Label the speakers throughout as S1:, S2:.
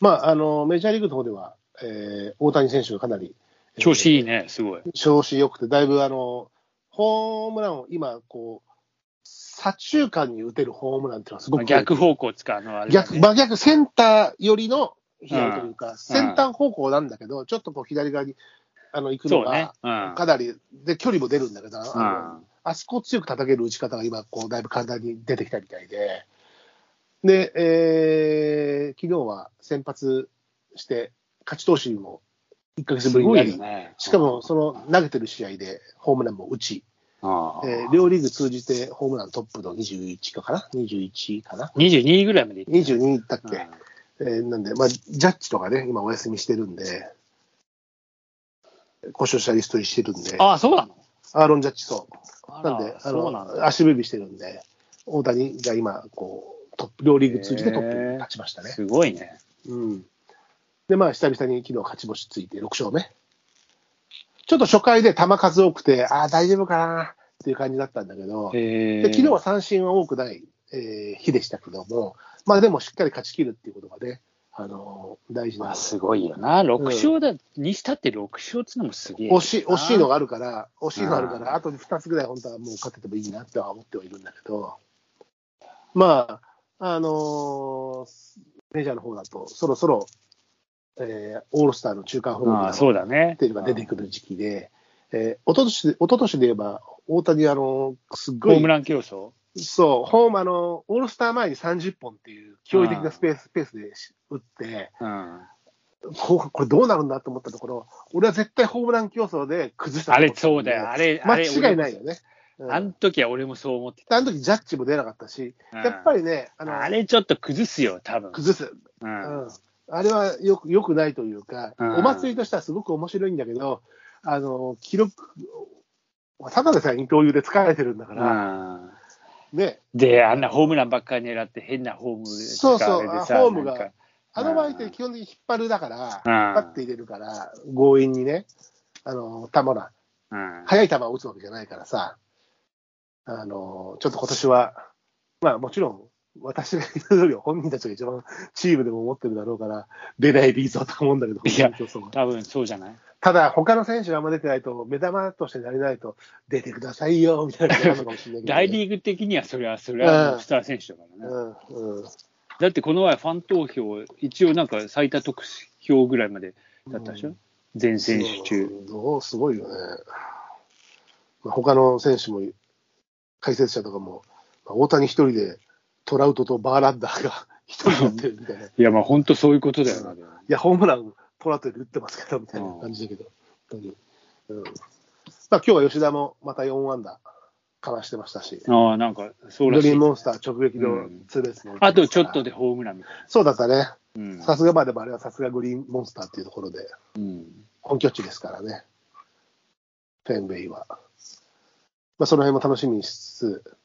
S1: まあ、あのメジャーリーグの方では、えー大谷選手がかなり
S2: 調子いいね、すごい。
S1: 調子良くて、だいぶあのホームランを今、こう左中間に打てるホームランっていうのはすごく
S2: 逆方向つか、あの、あれだね、
S1: 逆真逆センター寄りの左というか、先端方向なんだけど、ちょっとこう左側にあの行くの
S2: そうね
S1: が、。
S2: うん。
S1: かなり、で距離も出るんだけど、あ
S2: う
S1: の
S2: ん
S1: あそこを強く叩ける打ち方が今、こうだいぶ簡単に出てきたみたいで、で、えー、昨日は先発して、勝ち投手にも1ヶ月
S2: す
S1: ぶりに
S2: ご
S1: ない
S2: よ
S1: り、
S2: ね。
S1: しかもその投げてる試合でホームランも打ち、
S2: ああ、
S1: えー両リーグ通じてホームラントップの21かかな、21かな、
S2: 22位ぐらいまでいっ
S1: 22いったっけ、
S2: た。
S1: えーなんで、まあ、ジャッジとかね、今お休みしてるんで、故障者リストにしてるんで、
S2: ああ、そうなの
S1: アーロン・ジャッジそう。
S2: あら
S1: なんで、あ
S2: そうなんだ。
S1: の足踏みしてるんで、大谷が今、こう、トップ、両リーグ通じてトップに立ちましたね。
S2: すごいね。
S1: うん。で、まあ、久々に昨日勝ち星ついて6勝目。ちょっと初回で球数多くて、ああ、大丈夫かなっていう感じだったんだけど、
S2: え
S1: で昨日は三振は多くない、えー日でしたけども、まあでもしっかり勝ち切るっていうことがね、あのー大事
S2: ま
S1: な
S2: あ、すごいよな、6勝だ、にしたって6勝ってのもすげえ。
S1: 惜しい、惜しいの
S2: が。
S1: があるから、惜しいのがあるか
S2: う
S1: ら、あと2つぐらい本当はもう勝ててもいいなとは思ってはいるんだけど、まあ、あのーメジャーの方だと、そろそろ、えーオールスターの中間報
S2: ああ、
S1: 告
S2: そうだね。
S1: っていうのが出てくる時期で、えー、おととし、おととしで言えば、大谷、あのーすっ
S2: ホ
S1: ご
S2: ーム
S1: い、
S2: ラン競争
S1: そう、ホーム、あのーオールスター前に30本っていう驚異的なスペース、ペースでし打って、
S2: うん。
S1: こうこれどうなるんだと思ったところ、俺は絶対ホームラン競争で崩した
S2: あ
S1: と思
S2: れ、
S1: ってたん
S2: そうだよ。あれ、あ
S1: 間
S2: れ
S1: 違いないよ。ね。
S2: 俺
S1: うん
S2: もあの時は俺もそう思って
S1: あの時ジャッジも出なかったし、
S2: た。
S1: やっぱ
S2: り、
S1: りね、あの
S2: あれちょっと崩すよ、多分。
S1: 崩す、
S2: う。
S1: うんん、あれはよくよくないというか、
S2: うん
S1: お祭りとしてはすごく面白いんだけど、あの記録、ただでさえ二刀流で疲れてるんだから、
S2: うん
S1: ね、
S2: で、あんなホームランばっかり狙って変なホーム
S1: そうそう
S2: あれで
S1: あホーム
S2: なん
S1: が
S2: か
S1: あの場合って基本的に引っ張るだから、
S2: うん
S1: 引っ張って入れるから、強引にね、あの球ほら、
S2: うん
S1: 速い球を打つわけじゃないからさ、あのちょっと今年は、まあもちろん、私が言うよりは本人たちが一番チームでも思ってるだろうから、出ない理想だと思うんだけど、
S2: いや
S1: 本当にそう
S2: 多分そうじゃない
S1: ただ、他の選手があんま出てないと、目玉としてなれないと、出てくださいよみたいなことなのかもしれないけど、
S2: 大リーグ的にはそれはそれはもうスター選手だからね。
S1: うんうん
S2: だってこの前ファン投票、一応なんか最多得票ぐらいまでだったでしょ、
S1: う
S2: 全選手中。
S1: うんどうすごいよね。まあ、他の選手も、解説者とかも、まあ大谷一人でトラウトとバーランダーが一人になってるみたいな。い
S2: いやまあ本当そういうことだよな。
S1: や、ホームラントラウトより打ってますけど、みたいな感じだけど、本当に。うんまあ、今日は吉田もまた4安打かわしてましたし、
S2: ああ、なんかそう
S1: ド
S2: らし
S1: リー
S2: い
S1: ム。モンスター直撃のツーベースも打てますから
S2: あとちょっとでホームランみたい
S1: そうだったね。
S2: な。
S1: さすがまあでもあれはさすがグリーンモンスターっていうところで、
S2: うん。うん
S1: 本拠地ですからね、フェンウェイは。まあ、その辺も楽しみにしつつ、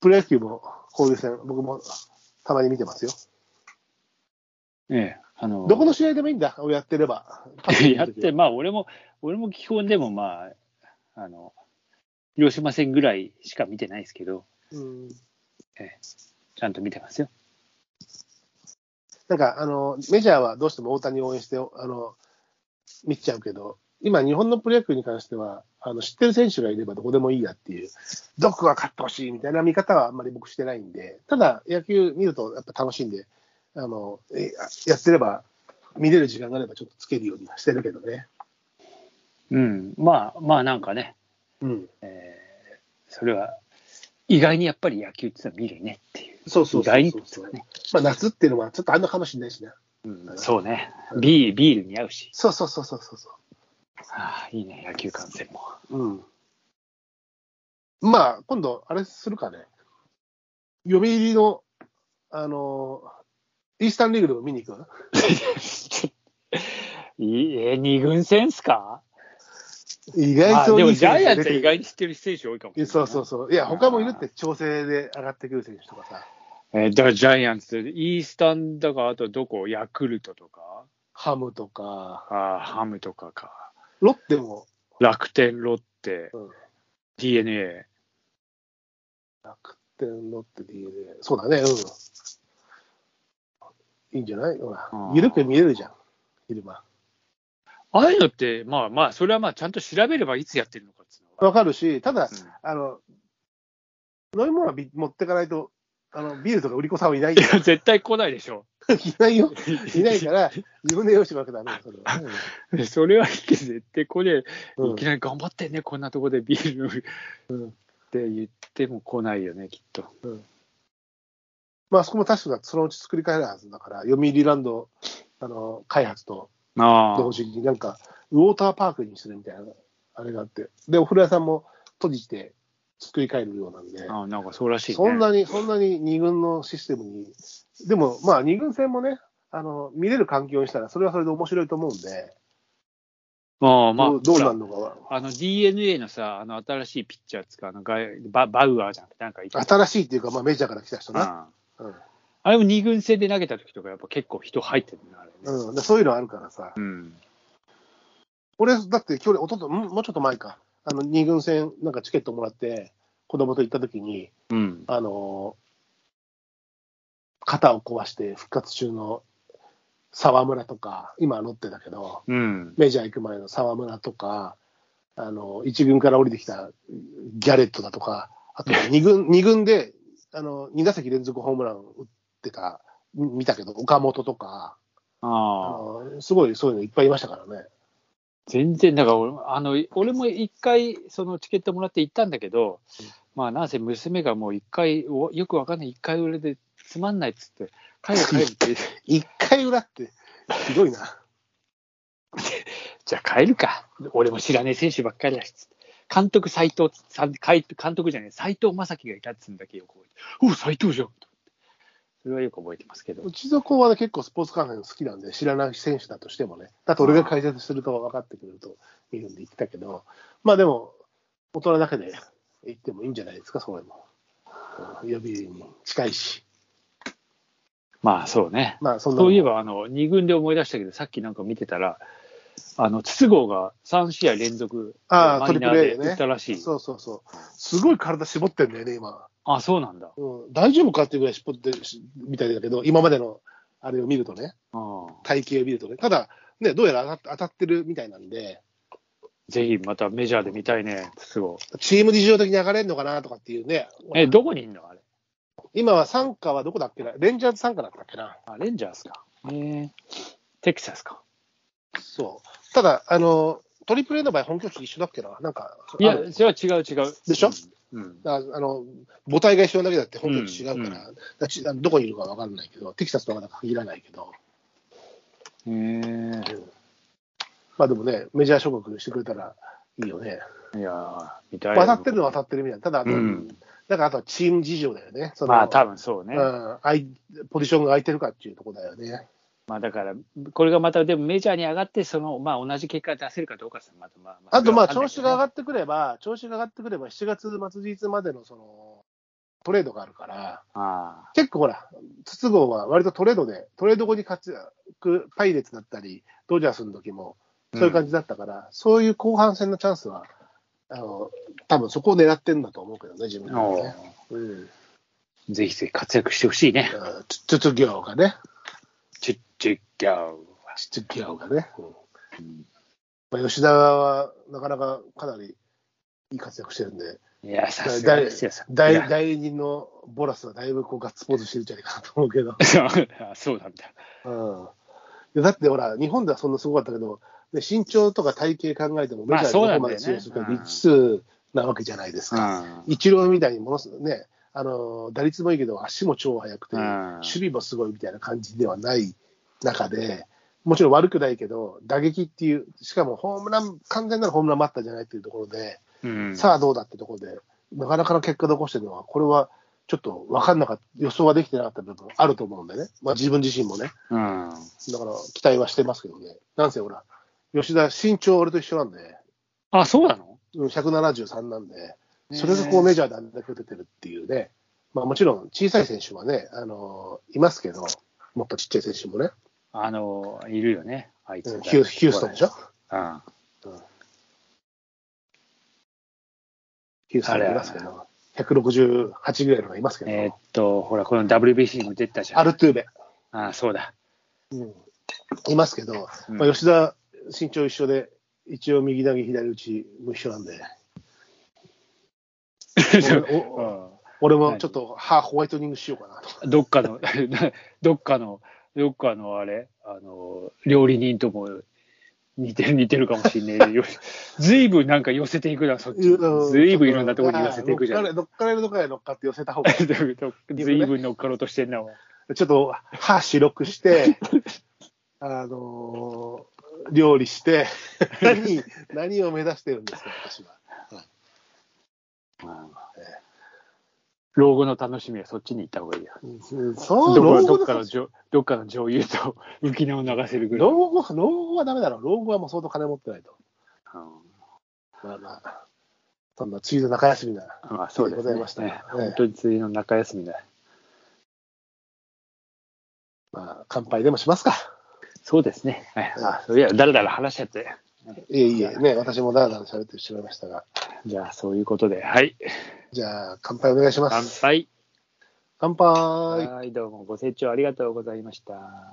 S1: プロ野球も交流戦、僕もたまに見てますよ。
S2: ええ、あの
S1: どこの試合でもいいんだ、をやってれば。
S2: やって、まあ俺も、俺も基本でもまあ、あの、広島戦ぐらいしか見てないですけど、
S1: うん
S2: ちゃんと見てますよ。
S1: なんかあの、メジャーはどうしても大谷を応援してあの見ちゃうけど、今、日本のプロ野球に関しては、あの知ってる選手がいればどこでもいいやっていう、どこが勝ってほしいみたいな見方はあんまり僕してないんで、ただ、野球見るとやっぱ楽しいんで、あのえやってれば、見れる時間があればちょっとつけるようにはしてるけどね。
S2: うん。まあまあなんかね、
S1: うん、
S2: えーそれは意外にやっぱり野球ってのは見るねっていう。
S1: そうそうそうそう
S2: 意外にっていうかね。
S1: まあ、夏っていうのはちょっとあんのかもしれないしね。
S2: うん、そうね。ビール、ビールに合うし。
S1: そうそうそうそうそうそう。
S2: ああ、いいね、野球観戦も。
S1: うん。まあ、今度、あれするかね。読売の、あのーイースタンリーグでも見に行く
S2: いいえー、二軍戦っすか
S1: 意外
S2: あー
S1: と
S2: でも
S1: いい
S2: ジャ
S1: 選
S2: イア
S1: 手
S2: ンツ
S1: 出
S2: は
S1: て
S2: 意外に知ってる選手多いかもしれないな。
S1: そうそうそう。いや、他もいるって、調整で上がってくる選手とかさ、
S2: えーだからジャイアンツ、イースタンだから、あとどこヤクルトとか、
S1: ハムとか、
S2: あーハムとかか、
S1: ロッテも、
S2: 楽天、ロッテ、
S1: うん、
S2: d n a
S1: 楽天、ロッテ、DNA、そうだね、うん。いいんじゃないほら
S2: うん
S1: 緩く見れるじゃん、昼間。
S2: ああいうのって、まあまあ、それはまあ、ちゃんと調べればいつやってるのかっていうのは
S1: わかるし、ただ、
S2: うん
S1: あの、飲み物はび持ってかないと、あの、ビールとか売り子さんはいない
S2: い
S1: よ。
S2: や絶対来ないでしょ。
S1: いないよ。いないから、自分で用意してもらうからダメよそれは
S2: それは絶対来ねえ、
S1: うん
S2: いきなり頑張ってね、こんなとこでビール、って言っても来ないよね、きっと。
S1: まあ、そこも確かそのうち作り変えるはずだから、読売ランドあの開発と
S2: あ
S1: 同時に、なんか、ウォーターパークにするみたいな、あれがあって、で、お風呂屋さんも閉じて作り変えるようなんで、
S2: ああ、なんかそうらしいね。
S1: そんなに、そんなに二軍のシステムに、でも、まあ、二軍戦もね、あの見れる環境にしたら、それはそれで面白いと思うんで、
S2: ああ、まあ、
S1: どうどう
S2: ほ
S1: な
S2: ら
S1: るのかは。
S2: あの DNA のさ、あの新しいピッチャーつか、あのガイババウアーじゃなくて、なんかいた
S1: 新しいっていうか、まあ、メジャーから来た人な。
S2: あ
S1: うん
S2: あれも二軍戦で投げた時とか、やっぱ結構人入ってるな、あれね。
S1: うん、でそういうのあるからさ。
S2: うん。
S1: 俺、だって去年、おとと、んもうちょっと前か、あの二軍戦、なんかチケットもらって、子供と行った時に、
S2: うん。
S1: あのー肩を壊して復活中の沢村とか、今はロッテだけど、
S2: うん。
S1: メジャー行く前の沢村とか、あの一軍から降りてきたギャレットだとか、あと二軍二軍であの2打席連続ホームラン打ってた、み見たけど、岡本とか、あ
S2: ああ。
S1: のすごいそういうのいっぱいいましたからね。
S2: 全然、だから俺もあの俺も一回、そのチケットもらって行ったんだけど、
S1: うん
S2: まあ、なんせ娘がもう一回、およくわかんない、一回売れでつまんないっつって、帰る帰る って、
S1: 1回裏って、ひどいな。
S2: じゃあ帰るか、俺も知らねえ選手ばっかりだしっつって、監督、斎藤さん、監督じゃねえ、斎藤正樹がいたっつうんだけよ、こうお斎藤じゃんと思ってそれはよく覚えてますけど
S1: う、ちの子はね、結構スポーツ観戦好きなんで、知らない選手だとしてもね、だって俺が解説すると分かってくれると見るんで言ってたけど、まあでも、大人だけで行ってもいいんじゃないですか、それも。うん予備に近いし、
S2: まあそうね、
S1: まあそんな
S2: そういえ
S1: ば、
S2: ばあの2軍で思い出したけど、さっきなんか見てたら、あの筒香が3試合連続、
S1: ああ
S2: マ
S1: トリ
S2: イナー
S1: プル A
S2: で
S1: でね
S2: 打ったらしい。
S1: そうそうそう、すごい体絞ってんだよね、今。
S2: あ、そうなんだ。
S1: うん、大丈夫かっていうぐらい絞ってるしみたいだけど、今までのあれを見るとね、
S2: うん
S1: 体型を見るとね、ただ、ね、どうやら当た当たってるみたいなんで、
S2: ぜひまたメジャーで見たいね、筒香。
S1: チーム事情的に上がれるのかなとかっていうね、
S2: え、どこにいんのあれ。
S1: 今は傘下はどこだっけなレンジャーズ傘下だったっけな
S2: あ、レンジャーズか。えー、テキサスか。
S1: そう。ただ、あの、トリプル A の場合、本拠地一緒だっけななんか、
S2: いや
S1: ある、
S2: それは違う違う。
S1: でしょ
S2: うんうん。
S1: ああの、母体が一緒なだけだって本拠地違うから、だちあのどこにいるかわかんないけど、テキサスとかなんか限らないけど、
S2: えー、
S1: まあでもね、メジャー諸国してくれたらいいよね。
S2: いやー、見たい。
S1: まあ当たってるのは当たってるみたいな。ただ、あと
S2: うん
S1: だからあとはチーム事情だよね。その
S2: まあ、多分そうね。
S1: うんあい、ポジションが空いてるかっていうところだよね。
S2: まあ、だから、これがまた、でもメジャーに上がって、その、まあ、同じ結果出せるかどうかさ、また、まあ、
S1: あとまあ調子が上が
S2: っ
S1: ってくれば、調子が上がってくれば、7月末日までのそのトレードがあるから、
S2: あ
S1: 結構ほら、筒香は割とトレードで、トレード後に活躍、パイレーツだったり、ドジャースの時も、そういう感じだったから、そういう後半戦のチャンスは、あの多分そこを狙ってるんだと思うけどね、自分
S2: あ。
S1: は
S2: お
S1: ね。うん、
S2: ーぜひぜひ活躍してほしいね。
S1: ちょちょ行がね、
S2: ちっちゃいギャーは
S1: ちょ行がね、うん
S2: うん
S1: まあ、吉田はなかなかかなりいい活躍してるんで、
S2: いや、さすがですよ。いや
S1: 代代理人のボラスはだいぶこうガッツポーズしてるんじゃないかなと思うけど、
S2: あそうなんだ。
S1: うんいや、だってほら、日本ではそんなすごかったけど、ね、身長とか体型考えても、
S2: まあ
S1: メジャーでど
S2: そうな
S1: こ
S2: ん
S1: ま
S2: だよ
S1: で通
S2: ね
S1: 用するか
S2: うん
S1: 未知数なわけじゃないですか、
S2: う
S1: 一郎みたいにものすごいね、あの打率もいいけど、足も超速くて、
S2: うん
S1: 守備もすごいみたいな感じではない中で、もちろん悪くないけど、打撃っていう、しかもホームラン、完全なるホームランバッターじゃないっていうところで、
S2: ん。
S1: さあどうだってところで、なかなかの結果残してるのは、これはちょっと分かんなかった、予想はできてなかった部分あると思うんでね、まあ、自分自身もね、
S2: うん。
S1: だから期待はしてますけどね、なんせほら、吉田、身長、俺と一緒なんで、
S2: あ、そうなの
S1: うん173なんで、それがこうメジャーであんだけ打ててるっていうね、まあ、もちろん小さい選手はね、あのーいますけど、もっとちっちゃい選手もね、
S2: あの、いるよね、あいつ
S1: う
S2: が。
S1: んヒューヒューストンでしょ、
S2: うん。
S1: うんヒューストンもいますけど、168ぐらいのがいますけど、
S2: えーっと、ほら、この WBC にも出てたじゃん。
S1: アルトゥーベ。
S2: あそうだ。
S1: うん、いますけど、
S2: うん
S1: まあ、吉田、身長一緒で、一応右投げ、左打ちも一緒なんで、おお俺もちょっと歯ホワイトニングしようかなと。
S2: どっかの、 どっかの、どっかのあれ、あの、料理人とも似てる、似てるかもしんな いよ。ずいぶんなんか寄せていくな、そっち。
S1: うん
S2: ずいぶんいろんなところに寄せていくじゃ
S1: は
S2: ん。
S1: いどっからどっからへどっかって寄せた方が、ち
S2: ずいぶん乗っかろうとしてんな、お前
S1: ょっと歯白く して、あのー料理して、何、何を目指してるんですか、私は。
S2: 老後の楽しみはそっちに行った方がいいよ。
S1: うんそう、
S2: どこ
S1: 老
S2: ど
S1: 後
S2: っか
S1: だ
S2: のじょどっかの女優と浮き名を流せるぐらい。
S1: 老後は、老後はダメだろう。老後はもう相当金持ってないと。まあまあ、そんな梅雨の中休みな。
S2: うんまあ、そうです、ね。
S1: ございました
S2: ね
S1: ね
S2: 本当に次の中休みだ。
S1: まあ、乾杯でもしますか。
S2: そうですね。はい、あ、そういや、だらだら話しちゃって。
S1: いえいえ、ね、私もだらだら喋ってしまいましたが。
S2: じゃあ、そういうことで。はい。
S1: じゃあ、乾杯お願いしま
S2: 乾
S1: す。
S2: 杯。
S1: 乾杯。
S2: はい、どうもご清聴ありがとうございました。